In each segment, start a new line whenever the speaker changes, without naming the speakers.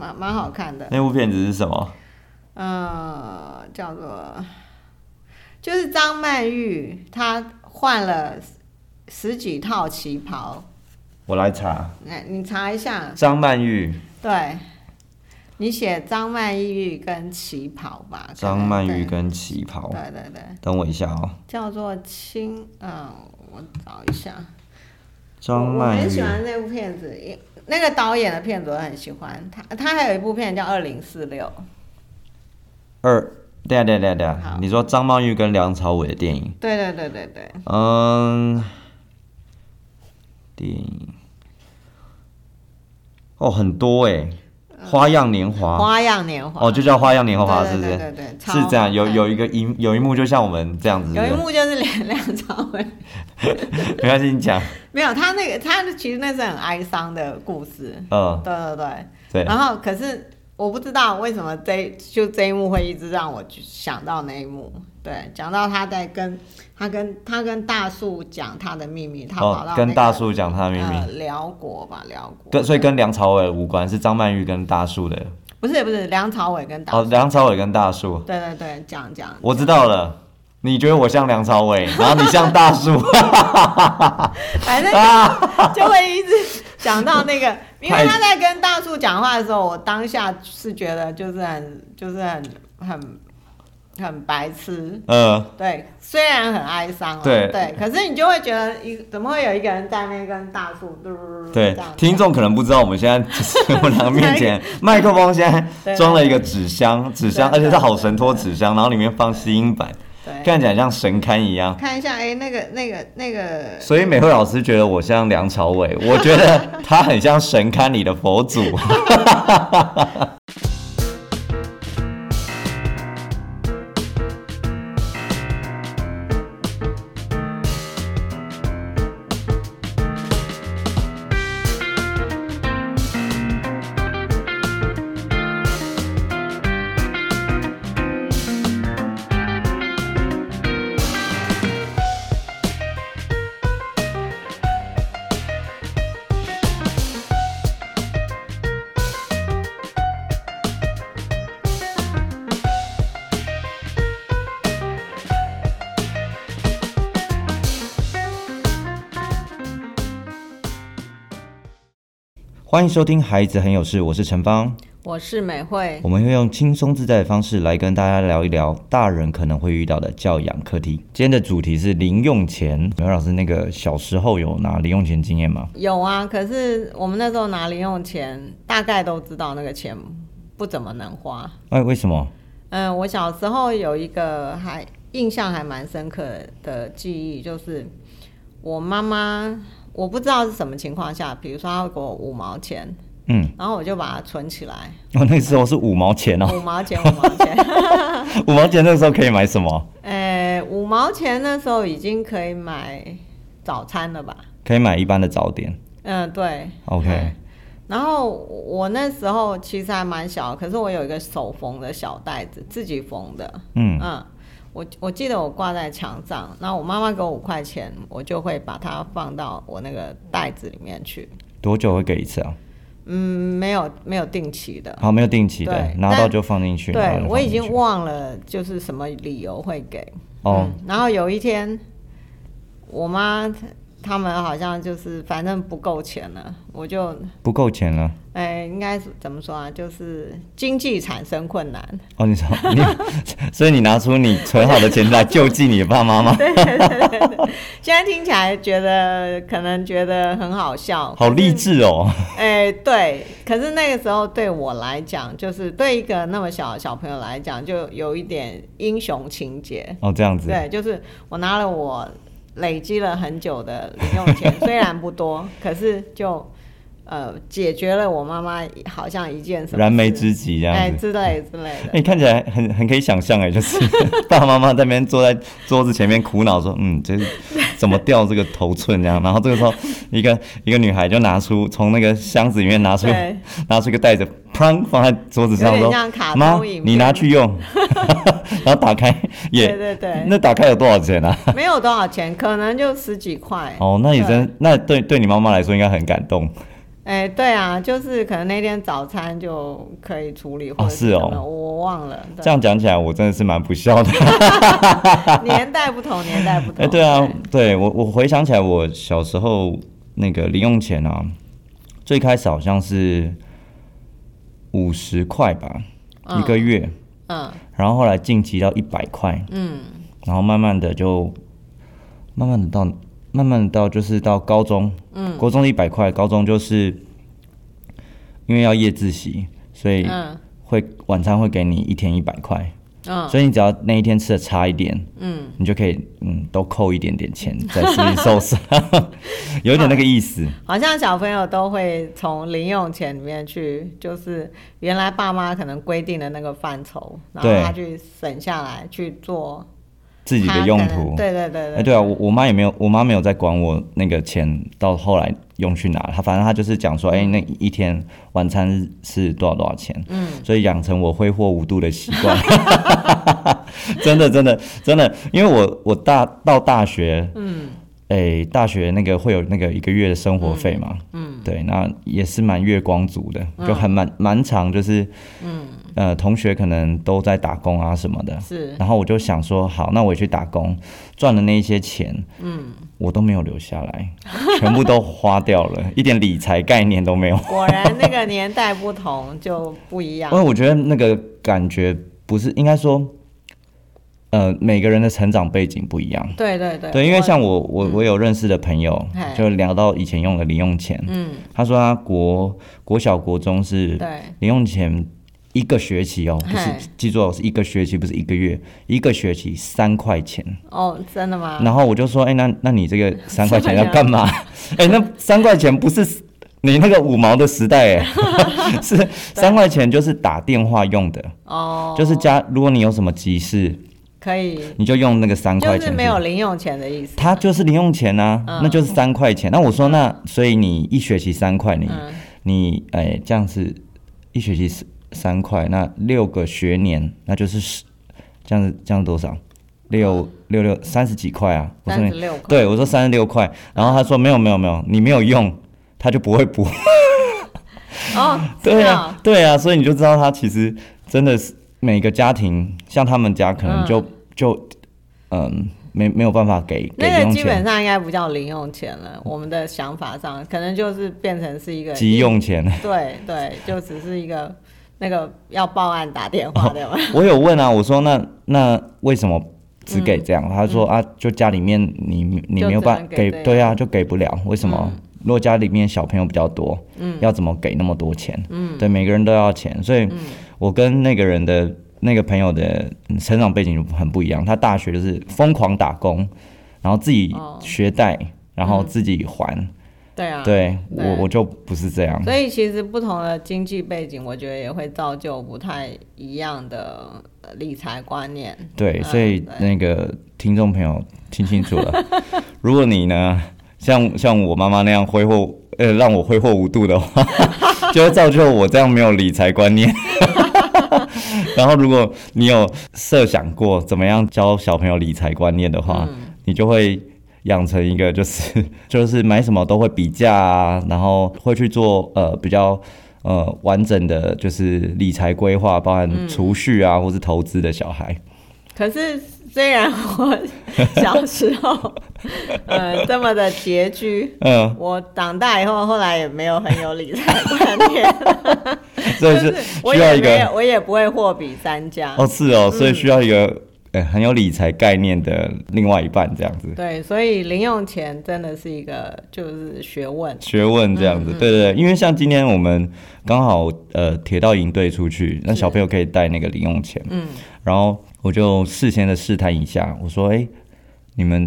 蛮蛮好看的。
那部片子是什么？
呃，叫做就是张曼玉，她换了十几套旗袍，
我来查。
那你查一下，
张曼玉，
对，你写张曼玉跟旗袍吧。可
张
能
曼
对
玉跟旗袍。
对对对，
等我一下哦，
叫做青，嗯，我找一下。
张
我我
曼
很喜
玉。
欢那部片子，因那个导演的片子我很喜欢。他他还有一部片叫《二零四六》，
二，对啊对啊对啊对啊
好，
你说张曼玉跟梁朝伟的电影，
对对对对对，
嗯，电影，哦，很多哎，花样年
《
华，
嗯花样年华》
哦，就叫花样年华，
对
是不
对
是？
对对对，
是这样，有有一个一有一幕就像我们这样子，是
有一
不
幕就是 梁梁朝伟，
是 没关系，你讲，
没有他那个他其实那是很哀伤的故事，
嗯，
对对对。
对，
然后可是我不知道为什么这就这一幕会一直让我去想到那一幕，对，讲到他在跟他跟他跟大树讲他的秘密，他跑
哦
到，
跟
那
大
个
树讲他的秘密
呃，辽国吧，辽国。
跟所以跟梁朝伟无关，是张曼玉跟大树的，
不是不是梁朝伟跟大
哦，
树，
梁朝伟跟大树，
对对对，讲讲，
我知道了。你觉得我像梁朝伟，然后你像大树
反正
啊？
就会一直讲到那 个，因
太
为他在跟大树讲话的时候，我当下是觉得就是很就是很很很白痴，
呃，
对，虽然很哀伤、啊，
对
对，可是你就会觉得一怎么会有一个人在那边跟大树嘟嘟嘟
对
这样，
听众可能不知道，我们现在就是我俩面前麦克风现在
对
装了一个纸箱，纸箱，而
对
且
对
是好神托纸箱，然后里面放吸音板，
对，
看起来像神龛一样。
看一下，哎、那个那个那个，
所以美惠老师觉得我像梁朝伟，我觉得他很像神龛里的佛祖。 欢迎收听《孩子很有事》，我是陈芳，
我是美惠，
我们会用轻松自在的方式来跟大家聊一聊大人可能会遇到的教养课题。今天的主题是零用钱。美惠老师，那个小时候有拿零用钱经验吗？
有啊，可是我们那时候拿零用钱，大概都知道那个钱不怎么能花。
哎，为什么？
嗯，我小时候有一个还印象还蛮深刻的记忆，就是我妈妈，我不知道是什么情况下，比如说她会给我五毛钱，
嗯，
然后我就把它存起来，
哦，那时候是五毛钱 哦，
五毛钱，五毛钱。
五毛钱那时候可以买什么？
哎，五毛钱那时候已经可以买早餐了吧？
可以买一般的早点。
嗯，对。
OK，
嗯然后我那时候其实还蛮小，可是我有一个手缝的小袋子，自己缝的。
嗯，
嗯，我我记得我挂在墙上，然后我妈妈给我五块钱，我就会把它放到我那个袋子里面去。
多久会给一次啊？
嗯，没有没有定期的。
好，没有定期的，
对
拿到就放进去。拿到就
对
放，
我已
进
经
去
忘了就是什么理由会给。
哦，
嗯，然后有一天，我妈他们好像就是反正不够钱了，我就
不够钱了。
哎、应该是怎么说啊？就是经济产生困难。
哦，你说你，所以你拿出你存好的钱来救济你的爸妈吗？
现在听起来觉得可能觉得很好笑，
好
可是
励志哦。
哎、对，可是那个时候对我来讲，就是对一个那么小的小朋友来讲，就有一点英雄情节。
哦，这样子。
对，就是我拿了我累积了很久的零用钱，虽然不多，可是就呃解决了我妈妈好像一件什么
燃眉
事
之急这样
哎
子。
之类之类
哎、
的。
看起来很很可以想象哎，就是 爸爸妈妈在那边坐在桌子前面苦恼说，嗯，这怎么掉这个头寸这样，然后这个时候一个一个女孩就拿出从那个箱子里面拿出
对，
拿出一个袋子，砰放在桌子上
有点
说
像卡，通
妈，
影
你拿去用， 然后打开也
对对对
那打开有多少钱啊？
没有多少钱，可能就十几块。
哦，那你
对
真那对对你妈妈来说应该很感动，
哎、对啊，就是可能那天早餐就可以处理，或者
是哦
什么我忘了。对
这样讲起来，我真的是蛮不孝的。
年代不同，年代不同。
哎、啊 对啊，对我我回想起来，我小时候那个零用钱啊，最开始好像是五十块吧，
嗯
一个月，
嗯
然后后来晋级到一百块，
嗯
然后慢慢的就，慢慢的到，慢慢的到就是到高中，嗯，国中一百块，高中就是因为要夜自习，所以
嗯
会、晚餐会给你一天一百块，
嗯
所以你只要那一天吃的差一点，
嗯，
你就可以嗯都扣一点点钱在自己手上， 有点那个意思，
好像小朋友都会从零用钱里面去，就是原来爸妈可能规定的那个范畴，然后
对
他去省下来去做
自己
他
的
可
用
能
途。
对对对
哎、
对，
对啊，我我妈也没有，我妈没有在管我那个钱到后来用去哪，她反正她就是讲说，哎、那一天晚餐是多少多少钱，嗯，所以养成我挥霍无度的习惯， 真的真的真的，因为我我大到大学，嗯，哎、大学那个会有那个一个月的生活费嘛，嗯，对，那也是蛮月光族的，就很蛮蛮长，就是，嗯，呃，同学可能都在打工啊什么的，
是
然后我就想说，好，那我也去打工，赚的那一些钱，嗯，我都没有留下来，全部都花掉了， 一点理财概念都没有。
果然那个年代不同就不一样
因为。我觉得那个感觉不是，应该说，呃，每个人的成长背景不一样。
对对对，
对，因为
我
像我，我我有认识的朋友，
嘿
就聊到以前用的零用钱，
嗯
他说他国国小国中是
对
零用钱一个学期哦，不
嘿
是记住哦，是一个学期，不是一个月，一个学期三块钱。
哦，真的吗？
然后我就说，哎、那那你这个三块
啊
钱要干嘛？ 哎、那三块钱不是你那个五毛的时代、哎， 是三块钱就是打电话用的，
啊哦，
就是家，如果你有什么急事，
可以，
你就用那个三块
就
钱
是
去。
没有嗯零用钱的意思。
他就是零用钱啊，那就是三块钱。那我说那，所以你一学期三块，你、
嗯
你哎、这样子一学期三三块，那六个学年那就是十，这样子这样多少？六六六三十几块啊！我说
嗯三
你
十六块，
对，我说三十六块，然后他说没有没有没有，你没有用，他就不会补。
哦，
对
是
啊
哦，，
对啊，所以你就知道他其实真的是每个家庭，像他们家可能就、就嗯没没有办法给给零
那个
用
基本
钱，
上应该不叫零用钱了，我们的想法上可能就是变成是一个
急用钱。
对对，就只是一个那个要报案打电
哦
话对吧？
我有问啊，我说那那为什么只给这样？他说啊，就家里面你你
就
没有
只
办
能给
给，
这样
对啊，就给不了。为什么？如果家里面小朋友比较多，嗯，要怎么给那么多钱？嗯，对，每个人都要钱，所以我跟那个人的那个朋友的嗯成长背景就很不一样。他大学就是疯狂打工，然后自己
哦
学贷，然后自己还。
对啊，。
对我
对
我就不是这样，
所以其实不同的经济背景，我觉得也会造就不太一样的呃理财观念。
对，
嗯
所以那个听众朋友听清楚了， 如果你呢像像我妈妈那样挥霍，呃，让我挥霍无度的话， 就会造就我这样没有理财观念。 然后，如果你有设想过怎么样教小朋友理财观念的话，
嗯
你就会养成一个就是 就是买什么都会比价啊，然后会去做呃比较呃完整的就是理财规划，包
嗯
含储蓄啊、或是投资的小孩。
可是虽然我小时候 呃这么的拮据，
嗯，
我长大以后后来也没有很有理财观念，
所以
就是我
需要
也
一
没有嗯
个
我也不会货比三家。
哦，是哦，所以需要一个呃很有理财概念的另外一半这样子，
对，所以零用钱真的是一个就是学问。
学问这样
嗯
子，对对对，因为像今天我们刚好呃铁道营队出去，那小朋友可以带那个零用钱，
嗯，
然后我就事先的试探一下，我说，哎、你们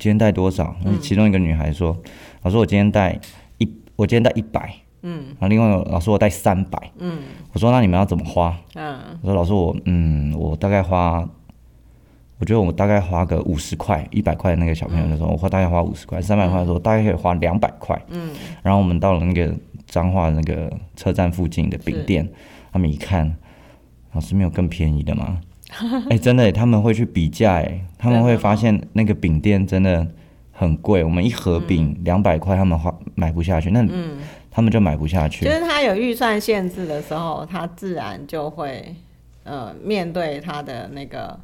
今天带多少？
嗯
那其中一个女孩说，老师我今天带一，我今天带一百，
嗯，
然后另外一个老师我带三百，
嗯
我说那你们要怎么花？
嗯
我说老师我，嗯，我大概花，我觉得我大概花个五十块、一百块的那个小朋友的时候，我花大概花五十块，三百块的时候大概可以花两百块。
嗯，
然后我们到了那个彰化那个车站附近的饼店，他们一看，老师没有更便宜 的吗？哎、真的耶，他们会去比价，哎，他们
真的
会
吗
发现那个饼店真的很贵，我们一盒饼两百块，他们花买不下去，那
嗯，
他们就买不下去
就。是他有预算限制的时候，他自然就会呃面对他的那个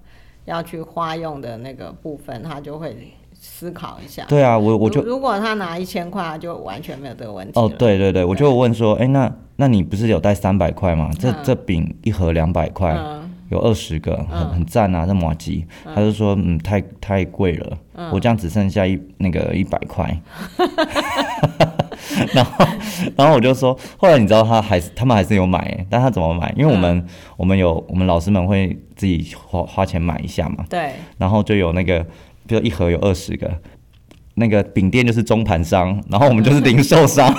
要去花用的那个部分，他就会思考一下。
对啊，我我就
如如果他拿一千块，他就完全没有这个问题了。
哦，对对对，我就问说，哎，那那你不是有带三百块吗？这、这饼一盒两百块，
嗯，
有二十个，很很赞啊，这麻吉。他就说，嗯，太太贵了，
嗯
我这样只剩下一那个一百块。 然后，然后我就说，后来你知道他还是他们还是有买、欸，但他怎么买？因为我
嗯
们、我们有我们老师们会自己花花钱买一下嘛，
对，
然后就有那个，比如一盒有二十个，那个饼店就是中盘商，然后我们就是零售商，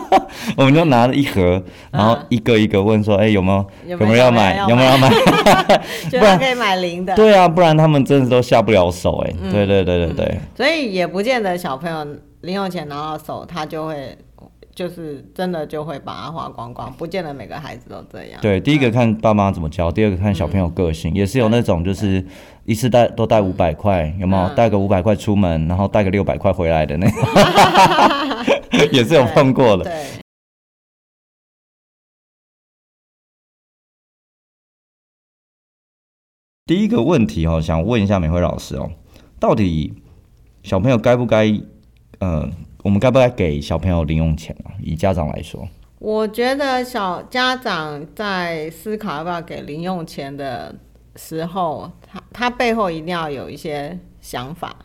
我们就拿了一盒，然后一个一个问说，哎、有没有
有
嗯有没有
要
要买？有没
有
有要买？
要买？就
不
他
然
可以买零的。
对啊，不然他们真的都下不了手哎、对对对对对，
所以也不见得小朋友零用钱拿到手，他就会就是真的就会把它花光光，不见得每个孩子都这样。
对，第一个看爸妈怎么教，第二个看小朋友个性，也是有那种就是一次带都带五百块，有没有？
嗯
带个五百块出门，然后带个六百块回来的那种， 也是有碰过的。
对，
第一个问题哦，想问一下美惠老师哦，到底小朋友该不该，呃，我们该不该给小朋友零用钱啊？以家长来说，
我觉得小家长在思考要不要给零用钱的时候，他他背后一定要有一些想法，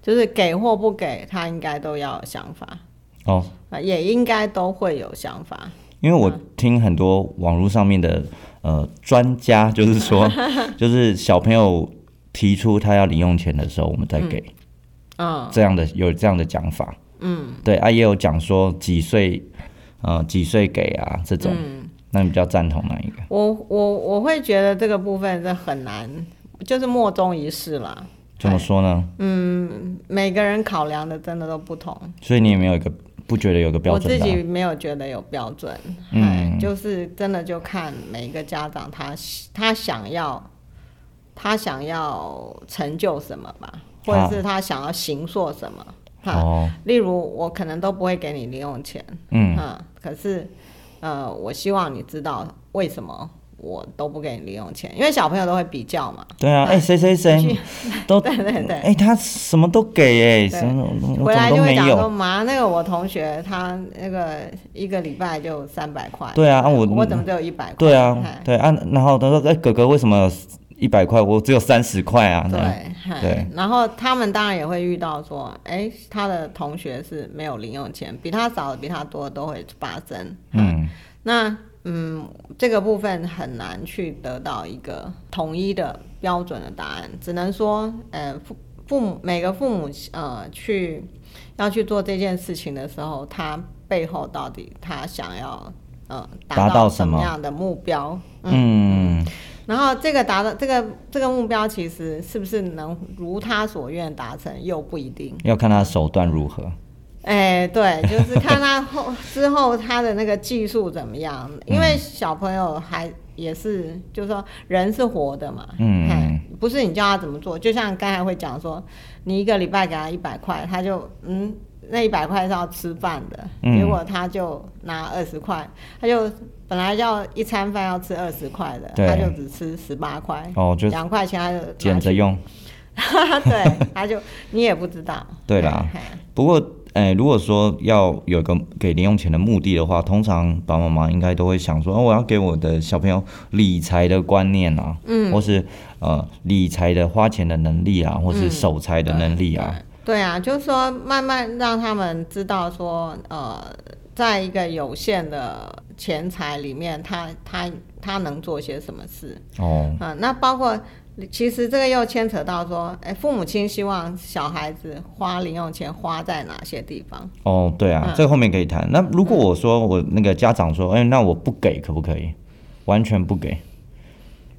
就是给或不给，他应该都要有想法，
哦，
啊，也应该都会有想法。
因为我听很多网络上面的呃专家，就是说，就是小朋友提出他要零用钱的时候，我们再给、
嗯，
这样的有这样的讲法。嗯，对啊，也有讲说几岁，呃，几岁给啊这种。那你比较赞同哪一个？
我我我会觉得这个部分是很难，就是莫衷一是啦。
怎么说呢？
每个人考量的真的都不同，
所以你也没有一个不觉得有个标
我
准
自
答案
己没有觉得有标准，
嗯
哎，就是真的就看每一个家长他喜他想要他想要成就什么吧，或者是他想要行塑什么。哈，
哦，
例如我可能都不会给你零用钱，
嗯，
哈，可是呃，我希望你知道为什么我都不给你零用钱，因为小朋友都会比较嘛。
对啊，哎、谁谁谁都，
对对对
哎、他什么都给
对
哎、什么我
回
怎么
来
都
就会
没
讲说，
有，
妈，那个我同学他那个一个礼拜就三百块，
对啊啊我
我怎么只有一百块？
对啊
嗨，
对啊，然后他说，哎、哥哥为什么一百块，我只有三十块啊？
对
这样，
嗨
对
然后他们当然也会遇到说，哎，他的同学是没有零用钱，比他少的、比他多的都会发生。
嗯，
那嗯，这个部分很难去得到一个统一的标准的答案，只能说，呃，父父母每个父母呃去要去做这件事情的时候，他背后到底他想要呃
达
达
到
到
什
什
么
么样的目标？
嗯，
然后这个达到这个这个目标，其实是不是能如他所愿达成，又不一定。
要看他手段如何。
哎、对，就是看他后 之后他的那个技术怎么样，因
嗯
为小朋友还也是，就是说人是活的嘛，
嗯
嘿，不是你教他怎么做，就像刚才会讲说，你一个礼拜给他一百块，他就嗯，那一百块是要吃饭的，
嗯
结果他就拿二十块，他就本来要一餐饭要吃二十块的，
对
他就只吃十八块，
哦，就
两块钱他就拿
捡着
去，
用。
对，他就你也不知道，
对啦
嘿，嘿
不过，哎、如果说要有个给零用钱的目的的话，通常爸爸妈妈应该都会想说，哦，我要给我的小朋友理财的观念啊，嗯，或是呃理财的花钱的能力啊，或
嗯
是守财的能力啊，
对啊，就是说慢慢让他们知道说，呃，在一个有限的钱财里面，他他他能做些什么事
哦，
啊、那包括其实这个又牵扯到说，哎，父母亲希望小孩子花零用钱花在哪些地方？
哦，对
嗯
啊，这个后面可以谈。那如果我说我那个家长说，哎、那我不给可不可以？完全不给，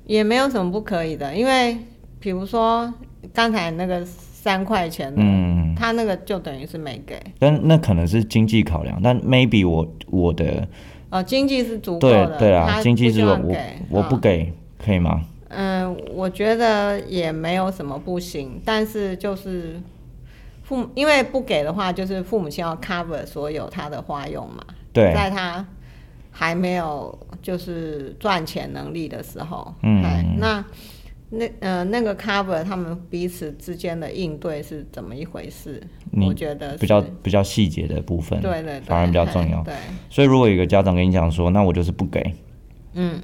也没有什么不可以的，因为比如说刚才那个三块钱的，
嗯，
他那个就等于是没给。
但那可能是经济考量，但 maybe 我我的
哦，经济是足够
对
的，
对
他
啊，经济
不希
是我
望
我
给
我
啊
不给可以吗？
嗯，我觉得也没有什么不行，但是就是父母因为不给的话，就是父母亲要 cover 所有他的花用嘛，
对，
在他还没有就是赚钱能力的时候，
嗯
哎那那呃那个 cover 他们彼此之间的应对是怎么一回事？
你
我觉得是
比较比较细节的部分，
对对哎对，
反而比较
嘿
重要。
对，
所以如果有一个家长跟你讲说，那我就是不给，
嗯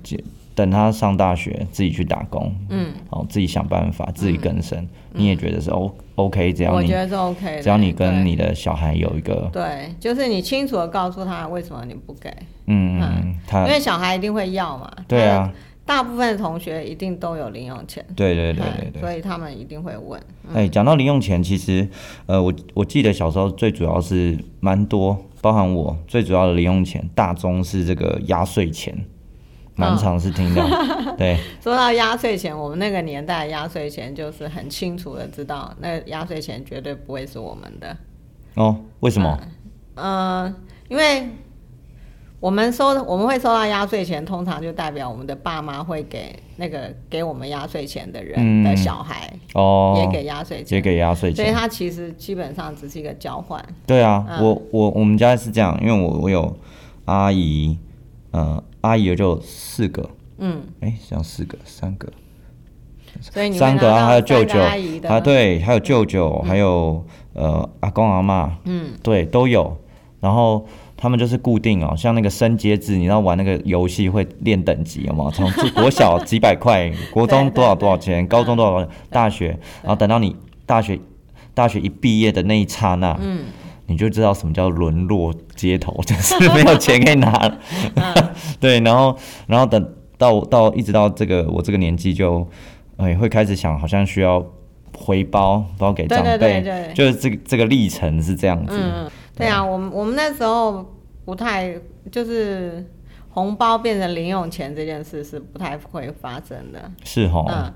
等他上大学自己去打工，
嗯，
哦，自己想办法，自己更生，你也觉得是 O OK，只要
我
你
觉得是 OK 的。
只要你跟
对
你的小孩有一个，
对，就是你清楚的告诉他为什么你不给，
嗯，
嗯
他
因为小孩一定会要嘛。
对啊，，
大部分的同学一定都有零用钱。
对对对
哎
对对。
所以他们一定会问。
哎，讲到零用钱，其实，呃，我我记得小时候最主要是蛮多，包含我最主要的零用钱，大宗是这个压岁钱，蛮
嗯
常是 听到，对，
说到压岁钱，我们那个年代压岁钱就是很清楚的知道，那压岁钱绝对不会是我们的。
哦，为什么？
嗯、因为我们收我们会收到压岁钱，通常就代表我们的爸妈会给那个给我们压岁钱的人
嗯
的小孩、也
哦，
给压岁
也
钱，
给压岁
所以
钱，
它其实基本上只是一个交换。
对啊，
嗯
我我我们家是这样，因为我我有阿姨，呃，阿姨就有四个，
嗯，
哎，这样四个，三个，
所以你会
三个
拿
啊，
到
还有舅
三
舅
个阿姨的
啊，对，还有舅舅，还有呃阿公阿妈，
嗯，
对，都有。然后他们就是固定哦，像那个升阶制，你知道玩那个游戏会练等级，有吗？从自国小几百块，国中
对对
多少
对
多少钱，高中多少，大学，然后等到你大学大学一毕业的那一刹那，嗯。你就知道什么叫沦落街头， 就是没有钱可以拿了。
嗯
对，然后然后等到到一直到这个我这个年纪就，哎，会开始想好像需要回包包给
对
长
对
辈，
对对
就是这个这个历程是这样子。
嗯，对啊，我们我们那时候不太就是红包变成零用钱这件事是不太会发生的。
是吼，
嗯，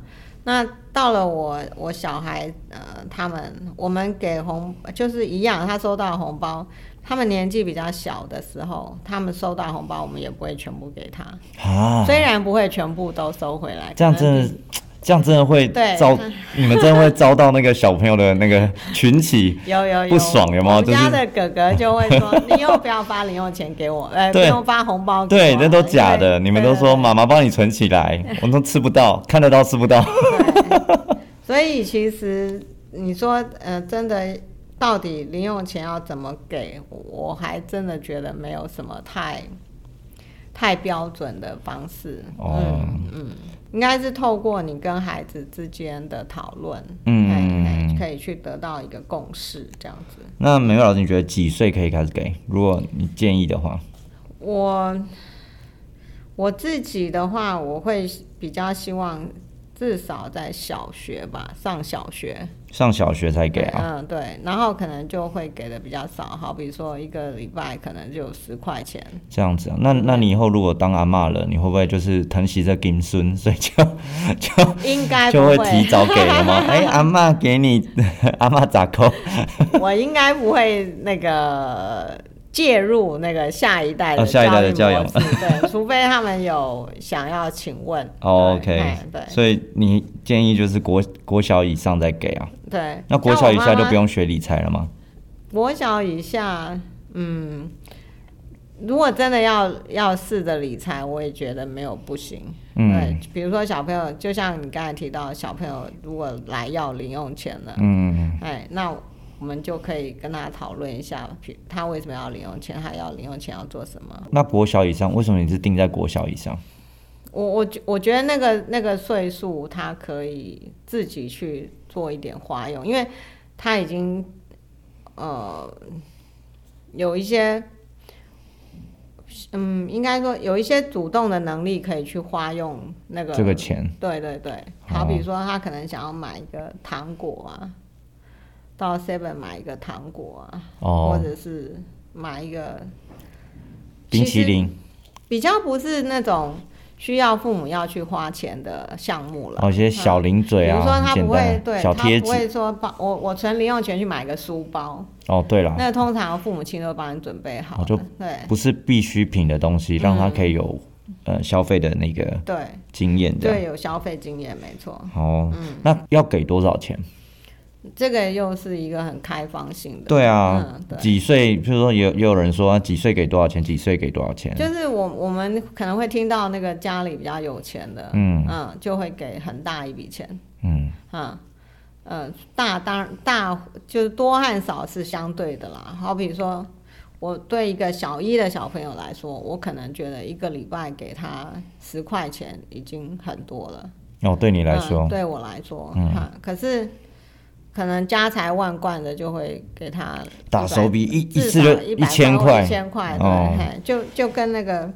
那到了我我小孩呃他们，我们给红就是一样，他收到红包，他们年纪比较小的时候，他们收到红包，我们也不会全部给他，
啊，
虽然不会全部都收回来，
这样
可能
真的，这样真的会
嗯对。
遭，你们真的会遭到那个小朋友的那个群起
有有有
不爽有没有
我们家
就是
的哥哥就会 说：“你又不要发零用钱给我，呃，不
对
用发红包给我。”
对，那都假的。
对
你们都
对
说妈妈帮你存 起来，我们都吃不到，看得到吃不到。
所以其实你说，呃，真的，到底零用钱要怎么给？我还真的觉得没有什么太太标准的方式。嗯
哦，
应该是透过你跟孩子之间的讨论，
嗯
哎，哎可以去得到一个共识，这样子。
那美惠老师，你觉得几岁可以开始给？如果你建议的话，
我我自己的话，我会比较希望至少在小学吧，上小学，
上小学才给啊？
嗯，对，然后可能就会给的比较少，好比说一个礼拜可能就十块钱，
这样子啊？那那你以后如果当阿嬷了，你会不会就是疼惜这金孙，所以 就就
应该
就
不
会提早给了吗？哎、阿嬷给你， 阿嬷咋扣？
我应该不会那个介入那个下一代
哦
的
下一代的
教育
教
模式，对，除非他们有想要请问。
哦
对
OK，
哎对
所以你建议就是国国小以上再给啊？
对。
那国小以下就不
用。
用学理财了吗？
国小以下，嗯，如果真的要要试着理财，我也觉得没有不行。
嗯
对，呃比如说小朋友，就像你刚才提到，小朋友如果来要零用钱了，
嗯，
哎，那我们就可以跟他讨论一下，比他为什么要零用钱，他要零用钱要做什么。
那国小以上为什么你是定在国小以上？
我我觉我觉得那个那个岁数，他可以自己去做一点花用，因为他已经呃有一些嗯，应该说有一些主动的能力可以去花用那个
这个钱
对对对，
好
好比说他可能想要买一个糖果啊，到 Seven 买一个糖果啊，或
哦，
者是买一个
冰淇淋
比较不是那种需要父母要去花钱的项目了。
哦，一些小零嘴
比
啊，
如说他
很
不
简
会
单，
对，
小
他
贴
不
纸。
会说帮我我存零用钱去买个书包，
哦，对了，
那通常父母亲都帮你准备好
哦就
了。对
不是必需品的东西，
嗯
让他可以有、呃消费的那个
对
经验这样。
对，有消费经验没错。嗯
哦，那要给多少钱？
这个又是一个很开放性的。
对啊，
嗯，对。
几岁，譬如说也有也有人说啊几岁给多少钱，几岁给多少钱，
就是我我们可能会听到那个家里比较有钱的，
嗯
就会给很大一笔钱，
嗯，
嗯呃，大当然大就是多和少是相对的啦。好比说，我对一个小一的小朋友来说，我可能觉得一个礼拜给他十块钱已经很多了。
哦，对你来
嗯
说，
对我来说，
嗯
哈、可是可能家财万贯的就会给他
打
100
手笔一一
至
次
少
就
一
一千块
一，千块，对，
哦
嘿就就跟那个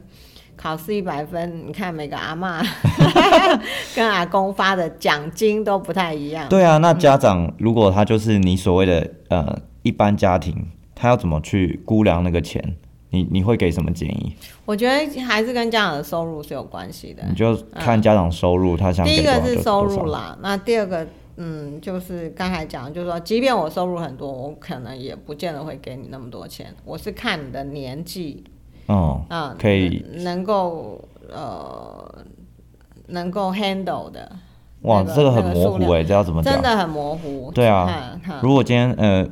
考试一百分，你看每个阿 嬷跟阿公发的奖金都不太一样。嗯
对啊，那家长如果他就是你所谓的呃一般家庭，他要怎么去估量那个钱？你你会给什么建议？
我觉得还是跟家长的收入是有关系的嗯
你。就看家长收入，他想
第
给
一
多少
个
就是
收入
多少。
啦，那第二个。嗯，就是刚才讲，就是说，即便我收入很多，我可能也不见得会给你那么多钱。我是看你的年纪，
嗯，
啊，
可以
能能够呃，能够 handle 的，
哇，
那个
这个很
那个
模
数
糊哎、这要怎么
真
讲？
的很模糊。
对啊
嗯，哈
如果今天呃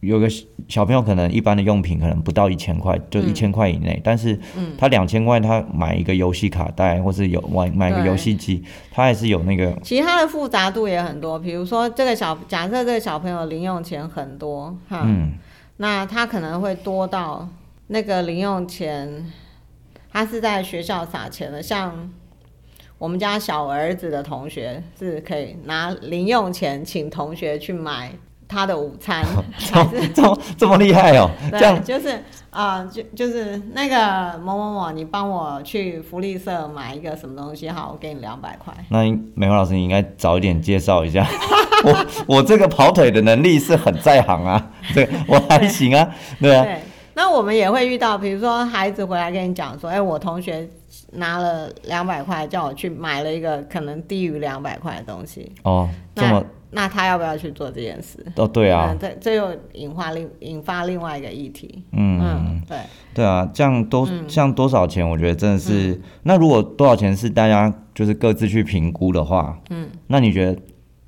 有个小小朋友可能一般的用品可能不到一千块，
嗯
就一千块以内，但是他两千块他买一个游戏卡带，或是有买买个
对
游戏机，他还是有那个
其他的复杂度也很多，比如说这个小，假设这个小朋友零用钱很多，哈，
嗯
那他可能会多到那个零用钱，他是在学校撒钱的，像。我们家小儿子的同学是可以拿零用钱请同学去买他的午 餐，
这么这么这么厉害哦、这样
对，就是啊、就就是那个某某某，你帮我去福利社买一个什么东西，好，我给你两百块。
那应美华老师，你应该早一点介绍一下。 我我这个跑腿的能力是很在行啊，对我还行啊，对啊，
对，那我们也会遇到，比如说孩子回来跟你讲说，哎，我同学拿了两百块，叫我去买了一个可能低于两百块的东西，
哦，这
那
么
那他要不要去做这件事？
哦，对啊
嗯，，这这又引发另引发另外一个议题。
嗯，
对，
对啊，这样多像多少钱？我觉得真的是，那如果多少钱是大家就是各自去评估的话，嗯，那你觉得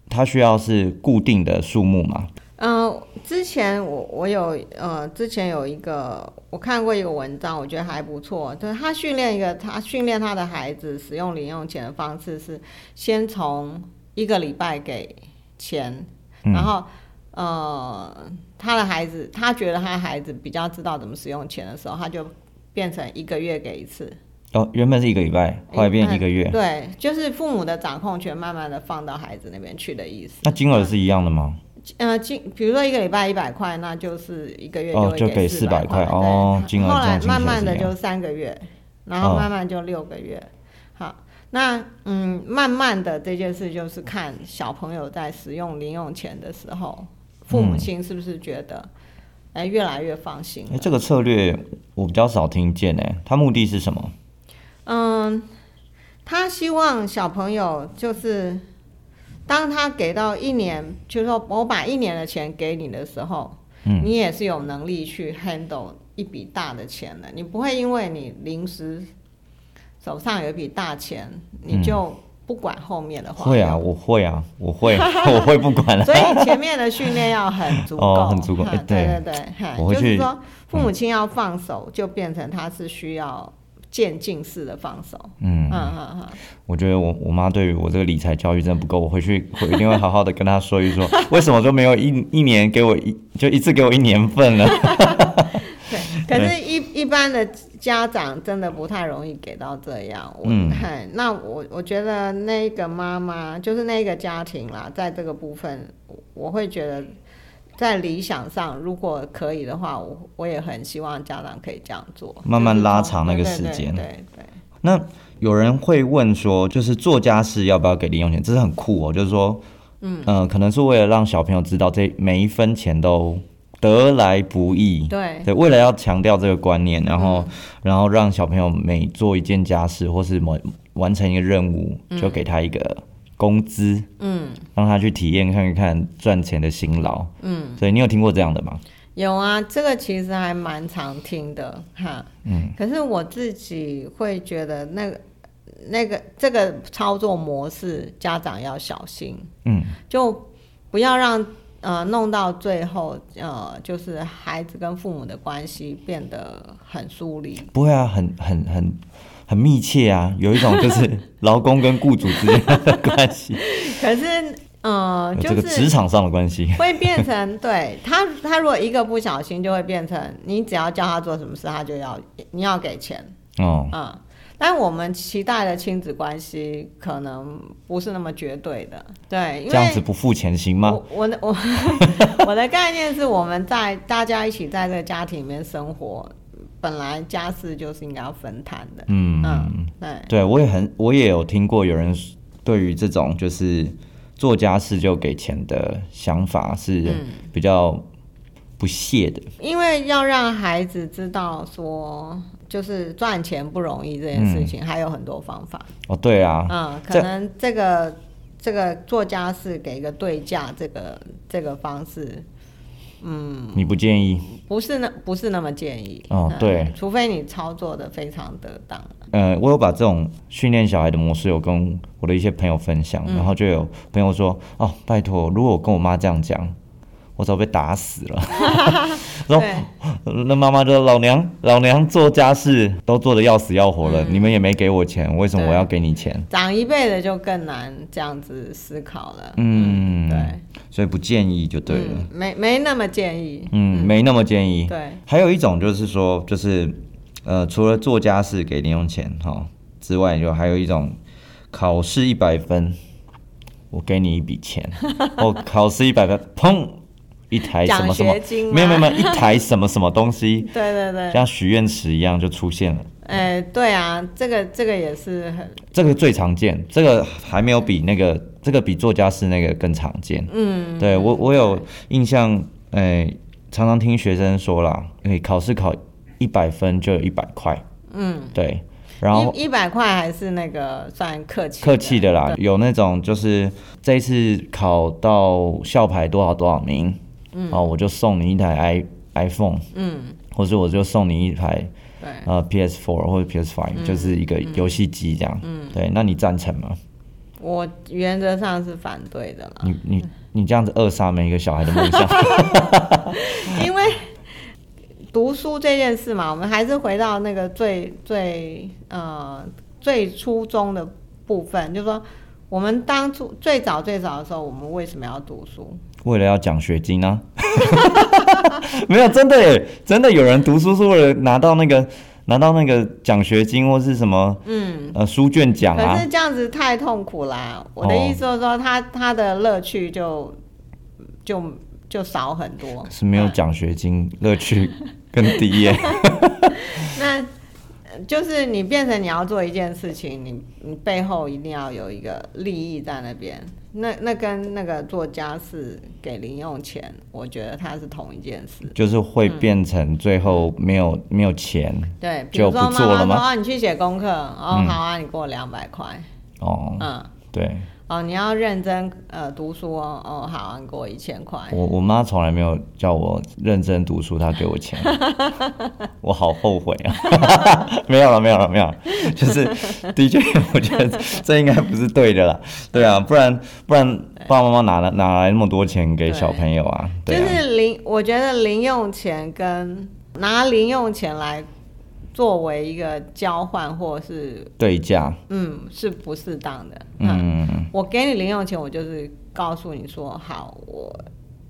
它需要是固定的数目吗？
嗯，之前我我有呃，之前有一个我看过一个文章，我觉得还不错，就是他训练一个他训练他的孩子使用零用钱的方式是先从一个礼拜给钱，
嗯
然后呃，他的孩子他觉得他孩子比较知道怎么使用钱的时候，他就变成一个月给一次，
哦，原本是一个礼拜，后来变一个月，
对，就是父母的掌控权慢慢的放到孩子那边去的意思。
那金额是一样的吗？
呃，进比如说一个礼拜一百块，那就是一个月
哦
会
就给
四
400块
块
哦
对
金额
后
这种
来
情
慢
形
慢
是
的
一样
就三个月，然后
哦
慢慢就六个月。好，那嗯，慢慢的这件事就是看小朋友在使用零用钱的时候，父母
嗯
亲是不是觉得，哎、越来越放心
哎、
了
这个策略我比较少听见哎、它目的是什么？
嗯，他希望小朋友就是，当他给到一年，就是说我把一年的钱给你的时候，
嗯
你也是有能力去 handle 一笔大的钱的，你不会因为你临时手上有一笔大钱，你就不管后面的花
会啊，
样。
我会啊，我会 啊，我会不管啊。
所以前面的训练要很足够，
哦很足够
哈
哎
对
对
对对，哈
我会
就
去嗯
是说父母亲要放手，就变成他是需要渐进式的放手，
嗯
嗯，嗯嗯。
我觉得我我妈对于我这个理财教育真的不够，我回去我一定会好好的跟她说一说，为什么就没有一一年给我一就一次给我一年份了？
可是一，一般的家长真的不太容易给到这样。我
嗯
嗨那我我觉得那个妈妈就是那个家庭啦，在这个部分，我我会觉得在理想上，如果可以的话，我我也很希望家长可以这样做，
慢慢
就是
拉
从
长那
对
个
对
时
对
间嗯
对对
那 有人会问说，就是做家事要不要给零用钱？这是很酷哦，就是说，嗯、可能是为了让小朋友知道这每一分钱都得来不易。
对嗯
对，为了要强调这个观念，然后、然后让小朋友每做一件家事或是某完成一个任务，就给他一个工资，
嗯，
让他去体验看一看赚钱的辛劳。嗯，所以你有听过这样的吗？
有啊，这个其实还蛮常听的哈。嗯，可是我自己会觉得那个那个这个操作模式，家长要小心。
嗯，
就不要让嗯、呃弄到最后呃就是孩子跟父母的关系变得很疏 离。
不会啊，很很很很密切啊，有一种就是 劳工跟雇主之间的关系，
可是呃
有
就
这个职
是
场上的关系。
会变成对他他如果一个不小心就会变成你只要叫他做什么事他就要你要给钱。
哦，
嗯，但我们期待的亲子关系可能不是那么绝对的，对，因
这样子
为
不付钱行吗？
我我的我 我的概念是我们在大家一起在这个家庭里面生活，本来家事就是应该要分摊的，
嗯，
嗯，对，
对我也很，我也有听过有人对于这种就是做家事就给钱的想法是比较不屑的。
因为要让孩子知道说。就是赚钱不容易这件事情，还有很多方法。
哦，对啊，
嗯，可
嗯这
能这个这个做家事给一个对价，这个这个方式，嗯，
你不建议？
不是那不是那么建议
哦
嗯
对
除非你操作的非常得当，
呃，我有把这种训练小孩的模式有跟我的一些朋友分享，然后就有朋友说：“哦，拜托，如果我跟我妈这样讲，我早被打死了。” 然后
对
呃那妈妈就说：“老娘老娘做家事都做的要死要活了，你们也没给我钱，为什么我要给你钱
长一辈的就更难这样子思考了？”。
嗯，
对，
所以不建议就对了。
嗯，没没那么建议。
嗯，没那么建议。
对，
还有一种就是说，就是呃，除了做家事给零用钱哈、之外，就还有一种考试一百分，我给你一 笔钱，我考试一百分，砰，一台什么什么
奖学金，吗
没有没有没有，一台什么什么东西，
对对 对，
像许愿池一样就出现了。
哎，对啊，这个这个也是很，
这个最常见，这个还没有比那个，这个比作家事那个更常见。嗯，对我我有印象，诶、常常听学生说啦，诶、考试考一百分就有一百块。嗯，对，然后
一一百块还是那个算客气
客气的啦，
对
有那种就是这一次考到校牌多少多少名，嗯，哦，我就送你一台 i iPhone，嗯，或者我就送你一台
对
呃 PS4 或者 PS5，、就是一个游戏机这样。嗯，对，那你赞成吗？
我原则上是反对的啦，
你你你这样子扼杀每一个小孩的梦 想。
因为读书这件事嘛，我们还是回到那个最最呃最初衷的部分，就是说我们当初最早最早的时候，我们为什么要读书？
为了要奖学金啊， 没有真的耶，真的有人读书是为了拿到那个拿到那个奖学金或是什么，嗯，呃，书卷奖
可
啊
是，这样子太痛苦啦。我的
哦
意思就是说他，他的乐趣就就就少很多。
是没有奖学金乐趣更低 耶。
那呃就是你变成你要做一件事情，你你背后一定要有一个利益在那边。那那跟那个做家事给零用钱，我觉得它是同一件事。
就是会变成最后没有没有钱
对，比如
就
说
不
妈
做了
妈说
吗
哦，
嗯
你去写功课，哦好啊，你给我两百块，
哦，
嗯，
对
哦你要认真呃读书哦，哦好啊，你给我一千块，
我我妈从来没有叫我认真读书，她给 我钱，我好后悔啊！ 没有了，没有了，没有了，就是的确，我觉得这应该不是对的啦，对啊，不然不然爸爸妈妈哪来哪来那么多钱给小朋友啊？
就
对啊，
是零，我觉得零用钱跟拿零用钱来作为一个交换，或是
对价，
嗯是不适当的。嗯，
嗯，
我给你零用钱，我就是告诉你说，好，我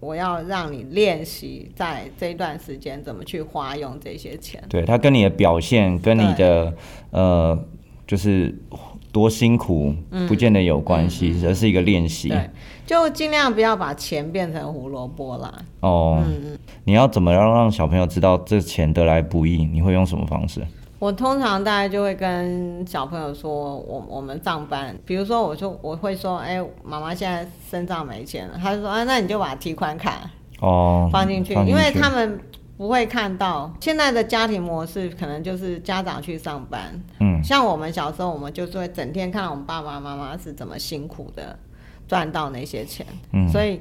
我要让你练习在这段时间怎么去花用这些钱。
对，他跟你的表现跟你的呃，就是多辛苦，不见得有关系，而是一个练习。
嗯对，就尽量不要把钱变成胡萝卜啦。
哦，
嗯
你要怎么样让小朋友知道这钱得来不易？你会用什么方式？
我通常大概就会跟小朋友说，我我们上班，比如说我说我会说，哎、妈妈现在身上没钱了，他就说，啊，那你就把提款卡
哦，
放进去，因为他们不会看到现在的家庭模式，可能就是家长去上班，
嗯，
像我们小时候，我们就是会整天看到我们爸爸妈妈是怎么辛苦的赚到那些钱，
嗯
所以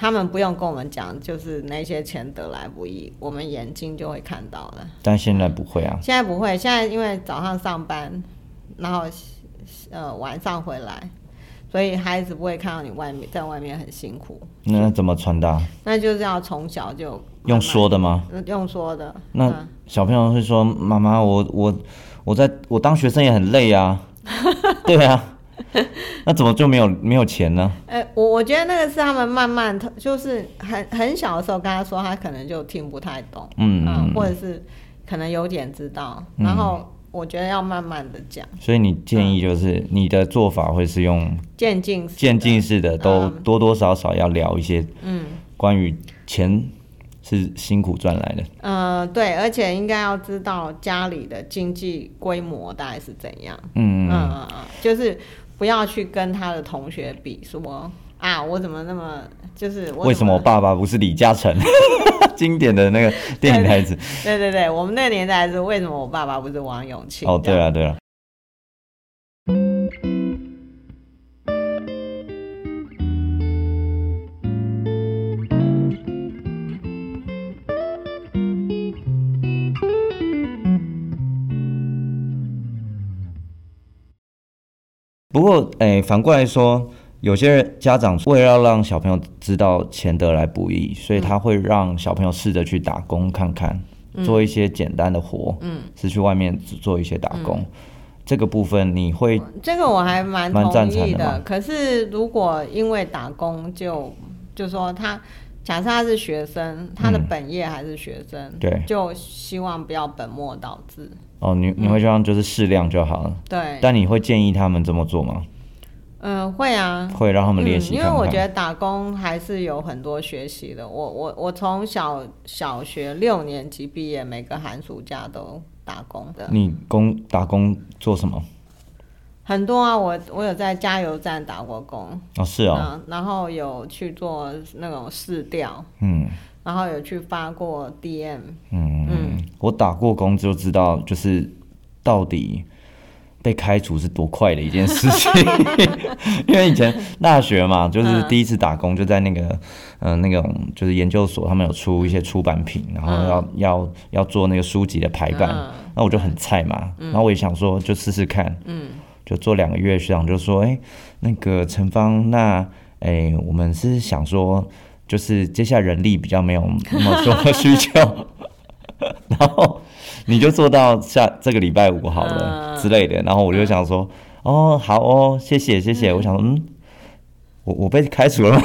他们不用跟我们讲，就是那些钱得来不易，我们眼睛就会看到了。
但现在不会啊。
现在不会，现在因为早上上班，然后呃晚上回来，所以孩子不会看到你外面在外面很辛苦，
那怎么传达？
那就是要从小就慢慢
用说的吗？
呃用说的。
那
嗯
小朋友会说：“妈妈，我我我在我当学生也很累 啊。”对啊，那怎么就没有没有钱呢？
哎、我我觉得那个是他们慢慢，就是很很小的时候跟他说，他可能就听不太懂，
嗯
或者是可能有点知道，然后我觉得要慢慢的讲，
所以你建议就是
嗯
你的做法会是用
渐进式的
渐，进式的，都多多少少要聊一些
嗯
关于钱是辛苦赚来的。
呃，对，而且应该要知道家里的经济规模大概是怎样，
嗯
嗯嗯嗯，就是不要去跟他的同学比说啊，我怎么那么就是我
为什么我爸爸不是李嘉诚？ 经典的那个电影台词。
对对对，我们那个年代是为什么我爸爸不是王永庆？
哦，对了对了，不过，哎，反过来说，有些人家长为了要让小朋友知道钱得来不易，所以他会让小朋友试着去打工看看，做一些简单的活，嗯，是去外面做一些打
嗯
工。这个部分你会
这个我还蛮
蛮赞
同
成
意
的嘛
可是如果因为打工就就说他，假设他是学生，他的本业还是学生，
嗯对
就希望不要本末倒置。
哦，你你会这样就是适量就好了，
嗯对，
但你会建议他们这么做吗？
嗯、会啊。
会让他们练
嗯，
习
因
看
为
看。
我觉得打工还是有很多学习的。我我我从小小学六年级毕业，每个寒暑假都打工的。
你工打工做什么？
很多啊，我我有在加油站打过工，
哦，是哦，
嗯，然后有去做那种试调，
嗯
然后有去发过 DM，
嗯嗯，我打过工就知道，就是到底被开除是多快的一件事 情。 因为以前大学嘛，就是
嗯
第一次打工就在那个嗯、呃那种就是研究所，他们有出一些出版品，然后要、要要做那个书籍的排版，
嗯
那我就很菜嘛，然后我也想说就试试看，
嗯，
就做两个月，学长就说，哎、那个陈芳，那哎、我们是想说，就是接下来人力比较没有那么多需求， 然后你就做到下这个礼拜五好了、
嗯
之类的，然后我就想说，哦，好哦，谢谢谢谢，我想说，嗯，我我被开除了吗？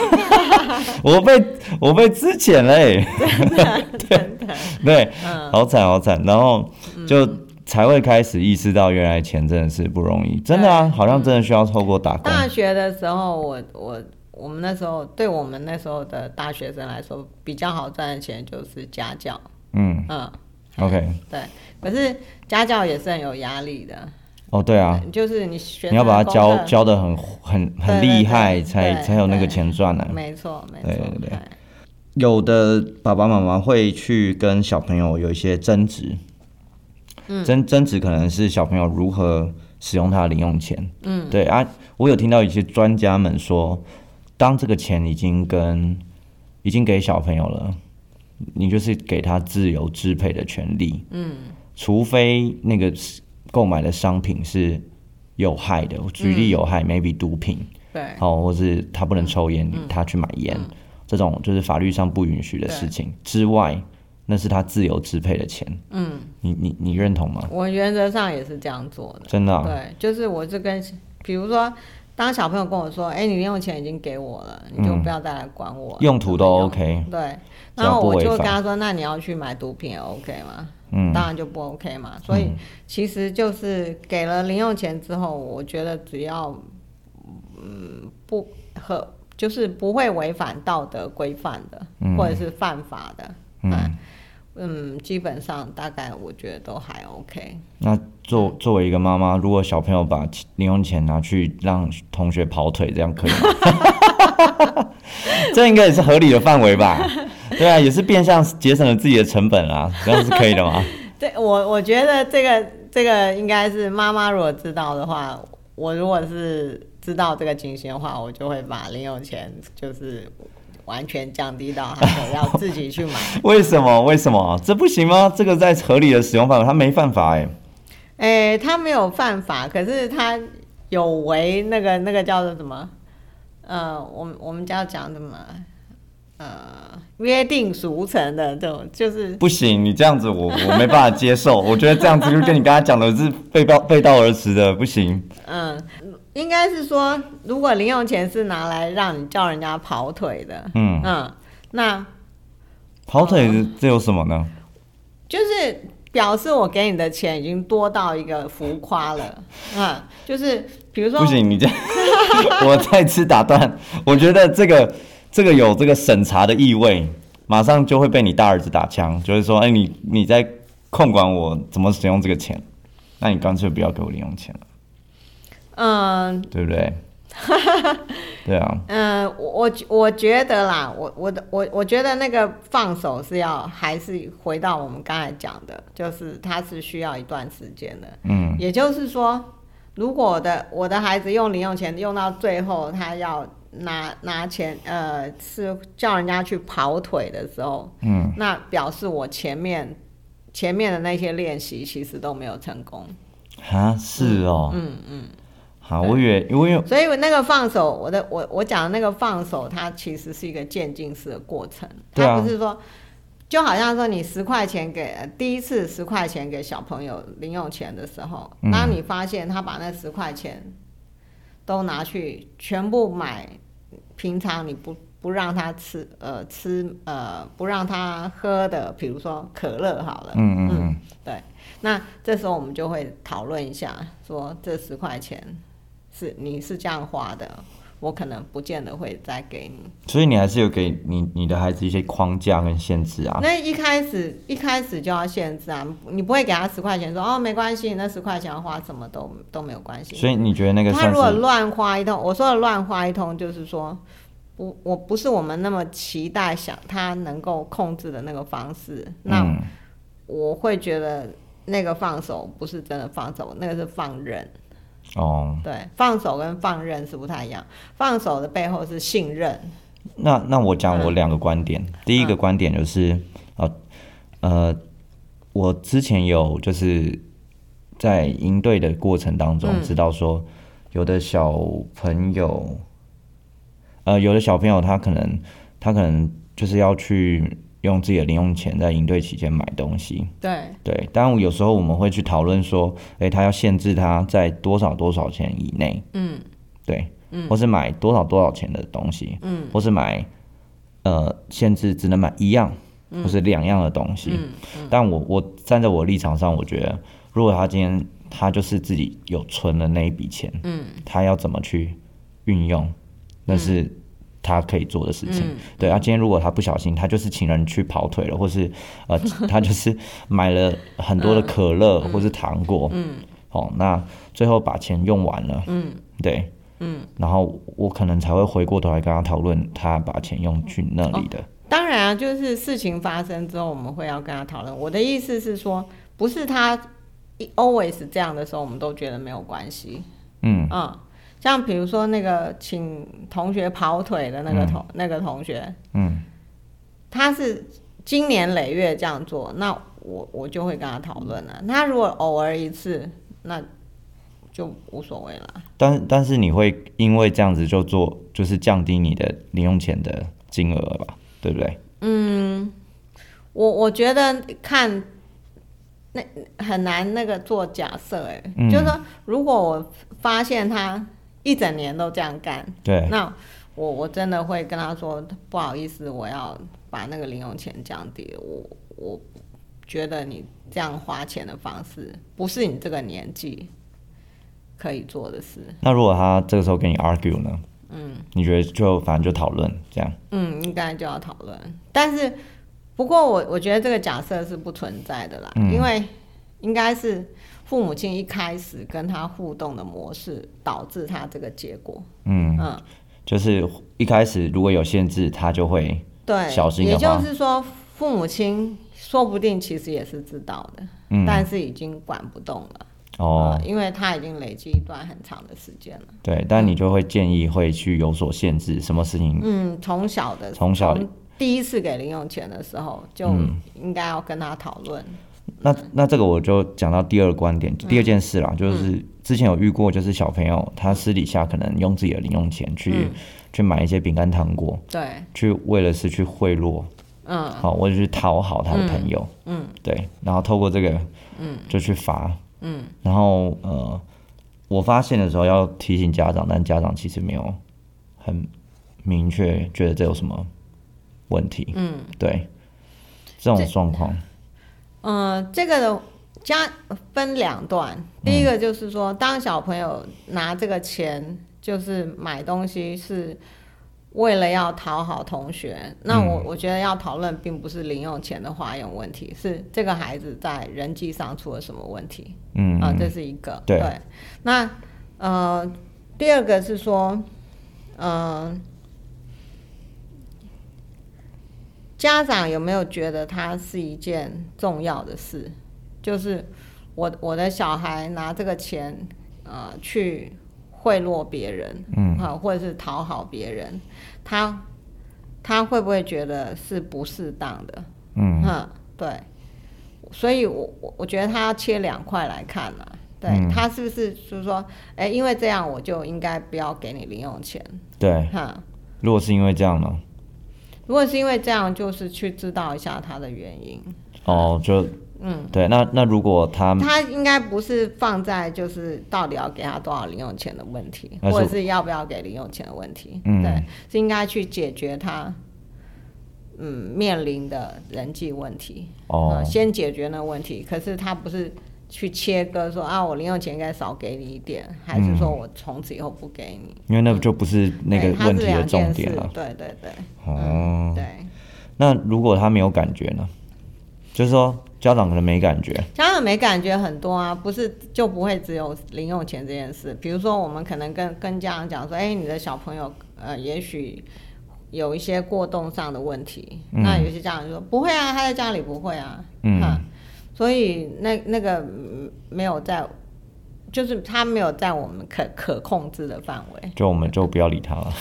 我被 我被资遣了、欸，
真的，
对，
嗯
好惨好惨，然后就才会开始意识到原来钱真的是不容易，真的啊，好像真的需要透过打工，
大学的时候我我。我们那时候，对我们那时候的大学生来说，比较好赚的钱就是家教，
嗯
嗯，
，OK，
对。可是家教也是很有压力的，
哦对啊，
就是你学
你要
生
把
的
它
功
教
课，
教的很很
对
很
对
厉害，
对
才
对
才有那个
对
钱赚啊呢、
没错，没
对
错，
对对有的爸爸妈妈会去跟小朋友有一些争执，争争执可能是小朋友如何使用他的零用钱。嗯，对啊，我有听到一些专家们说，当这个钱已经跟已经给小朋友了，你就是给他自由支配的权利。嗯，除非那个购买的商品是有害的，我举例有害、m a y b e 毒品。
对
哦，或是他
嗯
不能抽烟，他去买烟，这种就是法律上不允许的事情之外，那是他自由支配的钱。嗯，你你你认同吗？
我原则上也是这样做的。
真的啊、
对，就是我是跟，比如说，当小朋友跟我说：“哎、你零用钱已经给我了，你就不要再来管我。
嗯用途都
怎么用
OK。
对，
只
然
要
后
不
我
违
就
法
跟他说：“那你要去买毒品也 OK 吗？”
嗯
当然就不 OK 嘛。所以其实就是给了零用钱之后，我觉得只要嗯不和就是不会违反道德规范的，或者是犯法的，啊
嗯，
嗯，基本上大概我觉得都还 OK。
那作
嗯
作为一个妈妈，如果小朋友把其零用钱拿去让同学跑腿，这样可以吗？ 这应该也是合理的范围吧？对啊，也是变相节省了自己的成本啊，这样是可以的吗？
这我我觉得这个这个应该是妈妈如果知道的话，我如果是知道这个情形的话，我就会把零用钱就是完全降低到他可能要自己去买。
为什么？为什么？这不行吗？这个在欸合理的使用范围，他没犯法哎、
哎，他没有犯法，可是他有违那个那个叫做什么？呃，我们我们家讲什么？呃，约定俗成的这种，就是
不行，你这样子我我没办法接受， 我觉得这样子就跟你刚才讲的是背道背道而驰的，不行。
嗯，应该是说，如果零用钱是拿来让你叫人家跑腿的，
嗯，
嗯，那
跑
啊
腿这有什么呢？
就是表示我给你的钱已经多到一个浮夸了， 嗯，就是比如说
不，行，你这样， 我再次打断。我觉得这个这个有这个审查的意味，马上就会被你大儿子打枪，就是说，哎、你你在控管我怎么使用这个钱，那你干脆不要给我零用钱了，
嗯，
对 不对？对啊，
嗯，我我觉我觉得啦，我我的我我觉得那个放手是要还是回到我们刚才讲的，就是它是需要一段时间的。
嗯，
也就是说，如果我的我的孩子用零用钱用到最后，他要拿拿钱，呃，是叫人家去跑腿的时候，
嗯，
那表示我前面前面的那些练习其实都没有成功。
啊，是哦，
嗯嗯。
好，我以为我以为
所以我那个放手，我的我我讲的那个放手，它其实是一个渐进式的过程，
对啊
它不是说，就好像说你十块钱给呃第一次十块钱给小朋友零用钱的时候，
嗯
当你发现他把那十块钱都拿去全部买平常你不不让他吃呃吃呃不让他喝的，比如说可乐好了，
嗯嗯嗯，
对，那这时候我们就会讨论一下，说这十块钱是你是这样花的，我可能不见得会再给你。
所以你还是有给你你的孩子一些框架跟限制啊。
那一开始一开始就要限制啊，你不会给他十块钱说哦没关系，你那十块钱要花什么都都没有关系。
所以你觉得那个
他
算
如果
是
乱花一通，我说的乱花一通就是说。不，我不是我们那么期待想他能够控制的那个方式，那
嗯
我会觉得那个放手不是真的放手，那个是放任。
哦，
对，放手跟放任是不太一样。放手的背后是信任，
那那我讲我两个观点，第一个观点就是，呃呃，我之前有就是在营队的过程当中知道说，有的小朋友，呃，有的小朋友他可能他可能就是要去用自己的零用钱在营队期间买东西，
对，
对，但有时候我们会去讨论说，诶，他要限制他在多少多少钱以内，嗯，对，嗯，或是买多少多少钱的东西，嗯，或是买呃限制只能买一样、或是两样的东西，嗯但我我站在我的立场上，我觉得如果他今天他就是自己有存了那一笔钱，嗯，他要怎么去运用，那是他可以做的
嗯
事情。对，啊他、今天如果他不小心，他就是请人去跑腿了，或是呃，他就是 买了很多的可乐或是糖果，嗯，哦，那最后把钱用完了，嗯，对，嗯，然后我可能才会回过头来跟他讨论他把钱用去那里的，
当然啊，就是事情发生之后，我们会要跟他讨论。我的意思是说，不是他一 always 这样的时候，我们都觉得没有关系。
嗯
嗯，像比如说那个请同学跑腿的那个同、那个同学，
嗯，
他是经年累月这样做，那我我就会跟他讨论了。他如果偶尔一次，那就无所谓了。
但但是你会因为这样子就做，就是降低你的零用钱的金额吧，对不对？
我我觉得看那很难那个做假设哎、
嗯
就是说如果我发现他一整年都这样干，
对，
那我我真的会跟他说不好意思，我要把那个零用钱降低，我我觉得你这样花钱的方式不是你这个年纪可以做的事。
那如果他这个时候跟你 argue 呢？嗯，你觉得就反正就讨论这样，
嗯，应该就要讨论。但是，不过我我觉得这个假设是不存在的啦，
嗯
因为应该是父母亲一开始跟他互动的模式导致他这个结果。
嗯，
嗯，
就是一开始如果有限制，他就会
对，
小心
也
的
就
话
是说，父母亲说不定其实也是知道的，
嗯
但是已经管不动了。
哦，
呃因为他已经累积一段很长的时间了。
对，但你就会建议会去有所限制，什么事情
嗯，从小的
从小嗯
第一次给零用钱的时候，就应该要跟他讨论。嗯
那那这个我就讲到第二个观点，第二件事啦，就是之前有遇过，就是小朋友他私底下可能用自己的零用钱去、
嗯
去买一些饼干糖果，
对，
去为了是去贿赂，
嗯
好、或者去讨好他的朋友，
嗯，
对，然后透过这个，嗯，就去罚，嗯，然后呃，我发现的时候要提醒家长，但家长其实没有很明确觉得这有什么问题，嗯，对，这种状况，
嗯，这个的家分两段，第一个就是说，当小朋友拿这个钱就是买东西是。为了要讨好同学，那我我觉得要讨论并不是零用钱的花用问题，是这个孩子在人际上出了什么问题。
嗯，
啊，这是一个。
对
那呃，第二个是说，呃，家长有没有觉得它是一件重要的事？就是我我的小孩拿这个钱，呃，去贿赂别人，嗯，啊，或者是讨好别人，他他会不会觉得是不适当的？
嗯
嗯，对，所以我我我觉得他要切两块来看啦、对、
嗯
他是不是就是说，哎、因为这样我就应该不要给你零用钱，
对，
哈。
如果是因为这样呢，
如果是因为这样，就是去知道一下他的原因。
哦，就，嗯，对，那那如果他
他应该不是放在就是到底要给他多少零用钱的问题，
而是
或者是要不要给零用钱的问题。
嗯
对，是应该去解决他嗯面临的人际问题。
哦
呃先解决那个问题。可是他不是去切割说啊，我零用钱应该少给你一点，还是说我从此以后不给你？
因为那就不是嗯那
对
个
它是
问题的
两件
重点
事
了。
对对对，
哦，
对。
那如果他没有感觉呢？就是说家长可能没感觉，
家长没感觉很多啊，不是就不会只有零用钱这件事。比如说，我们可能跟跟家长讲说，哎、你的小朋友呃，也许有一些过动上的问题。
嗯
那有些家长就说不会啊，他在家里不会啊。
嗯
哈，所以那那个嗯没有在，就是他没有在我们可可控制的范围。
就我们就不要理他了。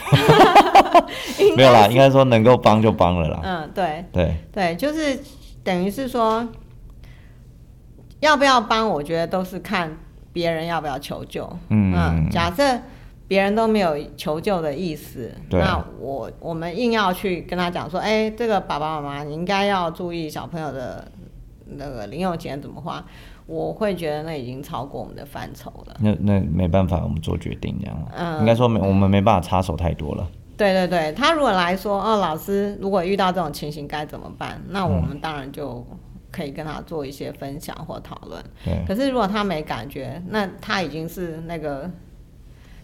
没有啦， 应该说能够帮就帮了 啦。
嗯，对
对，
对，就是等于是说，要不要帮，我觉得都是看别人要不要求救。嗯，
嗯，
假设别人都没有求救的意思，
对
那我我们硬要去跟他讲说，哎、这个爸爸妈妈你应该要注意小朋友的那个零用钱怎么花，我会觉得那已经超过我们的范畴了。
那那没办法，我们做决定这样了。
嗯
应该说没，我们没办法插手太多了。
对对对，他如果来说，哦，老师，如果遇到这种情形该怎么办？那我们当然就可以跟他做一些分享或讨论。
对，
可是如果他没感觉，那他已经是那个，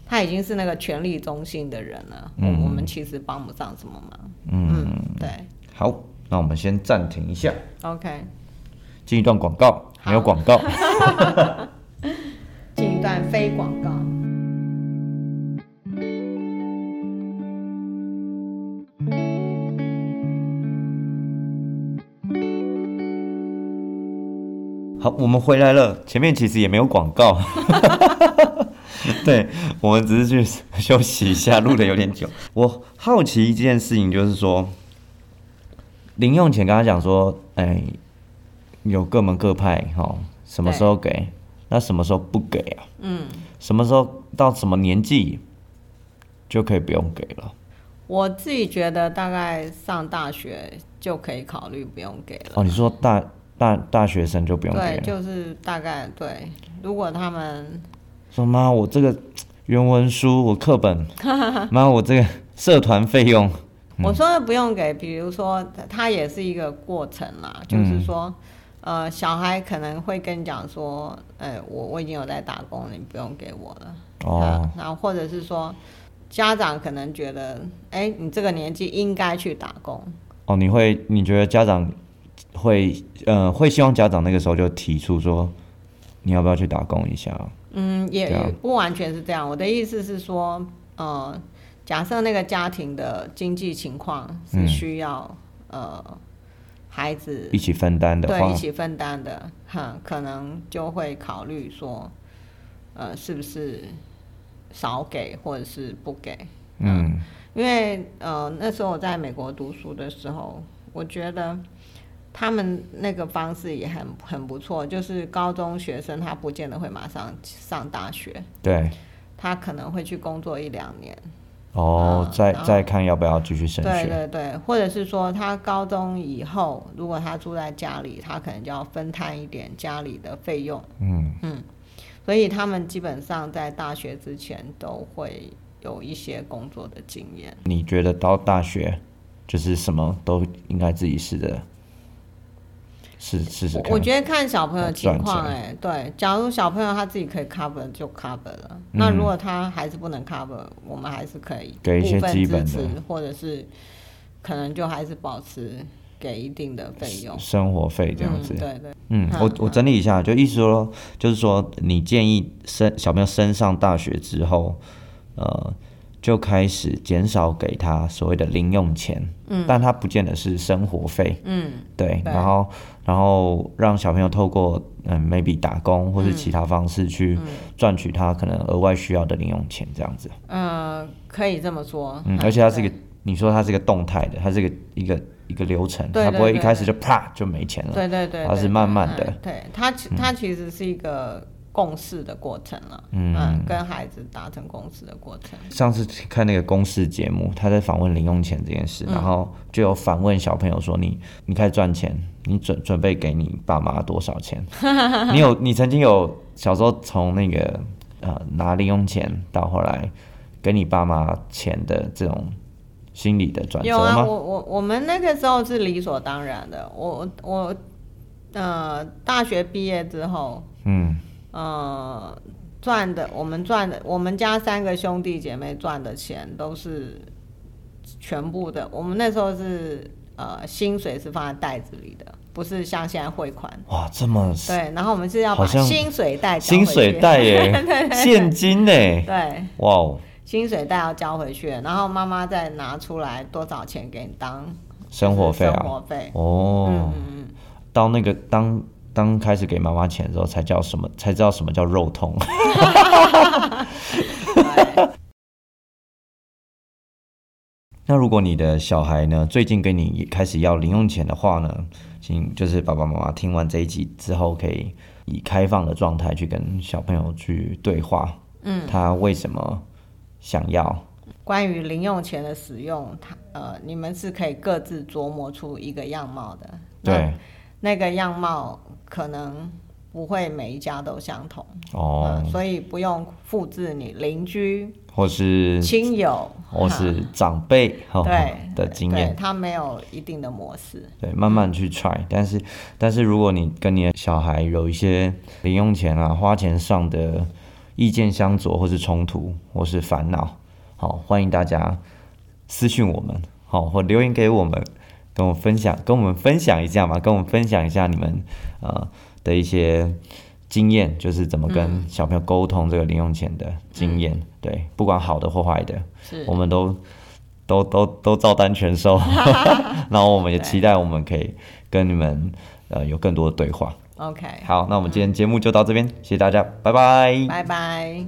他已经是那个权力中心的人了。我、
嗯
我们其实帮不上什么忙。
嗯，
对
好，那我们先暂停一下，
，OK，
进一段广告，没有
好
广告。
进一段非广告。
好，我们回来了。前面其实也没有广告， 对我们只是去休息一下，录的有点 久。我好奇一件事情，就是说，零用钱刚刚讲说，哎、有各门各派哈、齁什么时候给，那什么时候不给啊？
嗯，
什么时候到什么年纪就可以不用给了？
我自己觉得大概上大学就可以考虑不用给了。
哦，你说大大大学生就不用给
对，
了？
就是大概对。如果他们
说妈，我这个原文书，我 课本，妈，我这个社团费用。哦
我说的不用给，比如说，它也是一个过程
嗯
啦，就是说，呃，小孩可能会跟你讲说，哎、我我已经有在打工了，你不用给我了。
哦
啊，然后或者是说，家长可能觉得，哎、你这个年纪应该去打工。
哦，你会你觉得家长会呃会希望家长那个时候就提出说，你要不要去打工一下？
嗯，也
对啊
也不完全是这样。我的意思是说，呃，假设那个家庭的经济情况是
嗯
需要、呃孩子
一起分担的
对一
话，
起分担的，哈、可能就会考虑说，呃，是不是少给或者是不给？
嗯
因为呃那时候我在美国读书的时候，我觉得他们那个方式也很很不错，就是高中学生他不见得会马上上大学，
对，
他可能会去工作一两年，
哦，
嗯
再
然后
再看要不要继续升
对
学，
对对，或者是说他高中以后，如果他住在家里，他可能就要分摊一点家里的费用，
嗯，
所以他们基本上在大学之前都会有一些工作的经验。
你觉得到大学就是什么都应该自己试着试试试
我
看？
我觉得看小朋友情况，
转
哎，对，假如小朋友他自己可以 cover 就 cover 了，那如果他还是不能 cover，我们还是可以
嗯给一些
部分
基
支
本的
持，或者是可能就还是保持给一定的费用，
生活费这样子，
嗯、对对，
嗯，
嗯
我我整理一下，就意思说，就是说，你建议升小朋友升上大学之后，呃，就开始减少给他所谓的零用钱，嗯，但他不见得是生活费，
嗯，
对，
对
然后然后让小朋友透过嗯 maybe 打工或是其他方式去
嗯
赚取他可能额外需要的零用钱，这样子，
呃，可以这么说，啊
嗯，而且它是一
对
个，你说它是一个动态的，它是一个一个一个流程，
对
它不
对
会一
对
开始就啪就没钱了，
对对对，
嗯它是
对
慢慢的
嗯对它其它其实是一个共识的过程了，嗯跟孩子达成共识的过程，
上次看那个公视节目，他在访问零用钱这件
嗯
事，然后就有反问小朋友说：“你你开始赚钱，你准准备给你爸妈多少 钱？”你有你曾经有小时候从那个呃拿零用钱到后来给你爸妈钱的这种心理的转折
有啊，
吗？
我我我们那个时候是理所当然的。我我呃，大学毕业之后，
嗯，
呃，赚的我们赚的，我们家三个兄弟姐妹赚的钱都是全部的。我们那时候是呃，薪水是放在袋子里的，不是像现在汇款。
哇，这么
对，然后我们是要把
好像
薪水袋交回
薪水
去
袋耶，现金耶，
对。
哇哦，
薪水袋要交回去，然后妈妈再拿出来多少钱给你当
生活费
生
啊，
活费，嗯
哦，到那个当当开始给妈妈钱的时候，才叫什么？才知道什么叫肉痛。
对
那如果你的小孩呢，最近跟你开始要零用钱的话呢，请就是爸爸妈妈听完这一集之后，可以以开放的状态去跟小朋友去对话，嗯，他为什么想要？
嗯关于零用钱的使用，它呃，你们是可以各自琢磨出一个样貌的。
对，
那，那个样貌可能不会每一家都相同，
哦
嗯，所以不用复制你邻居、
或是
亲友，
或
哈
是长辈哈
对
的经
对
验，
它没有一定的模式。
对，慢慢去 try。但是，但是如果你跟你的小孩有一些零用钱啊、花钱上的意见相左，或是冲突，或是烦恼，好，欢迎大家私讯我们，好，或留言给我们，跟我分享，跟我们分享一下嘛，跟我们分享一下你们呃的一些经验，就是怎么跟小朋友沟通这个零用钱的经验。对，不管好的或坏的，
是
我们都都都都照单全收，然后我们也期待我们可以跟你们呃有更多的对话。
OK，
好，那我们今天节目就到这边，谢谢大家，拜拜。
拜拜。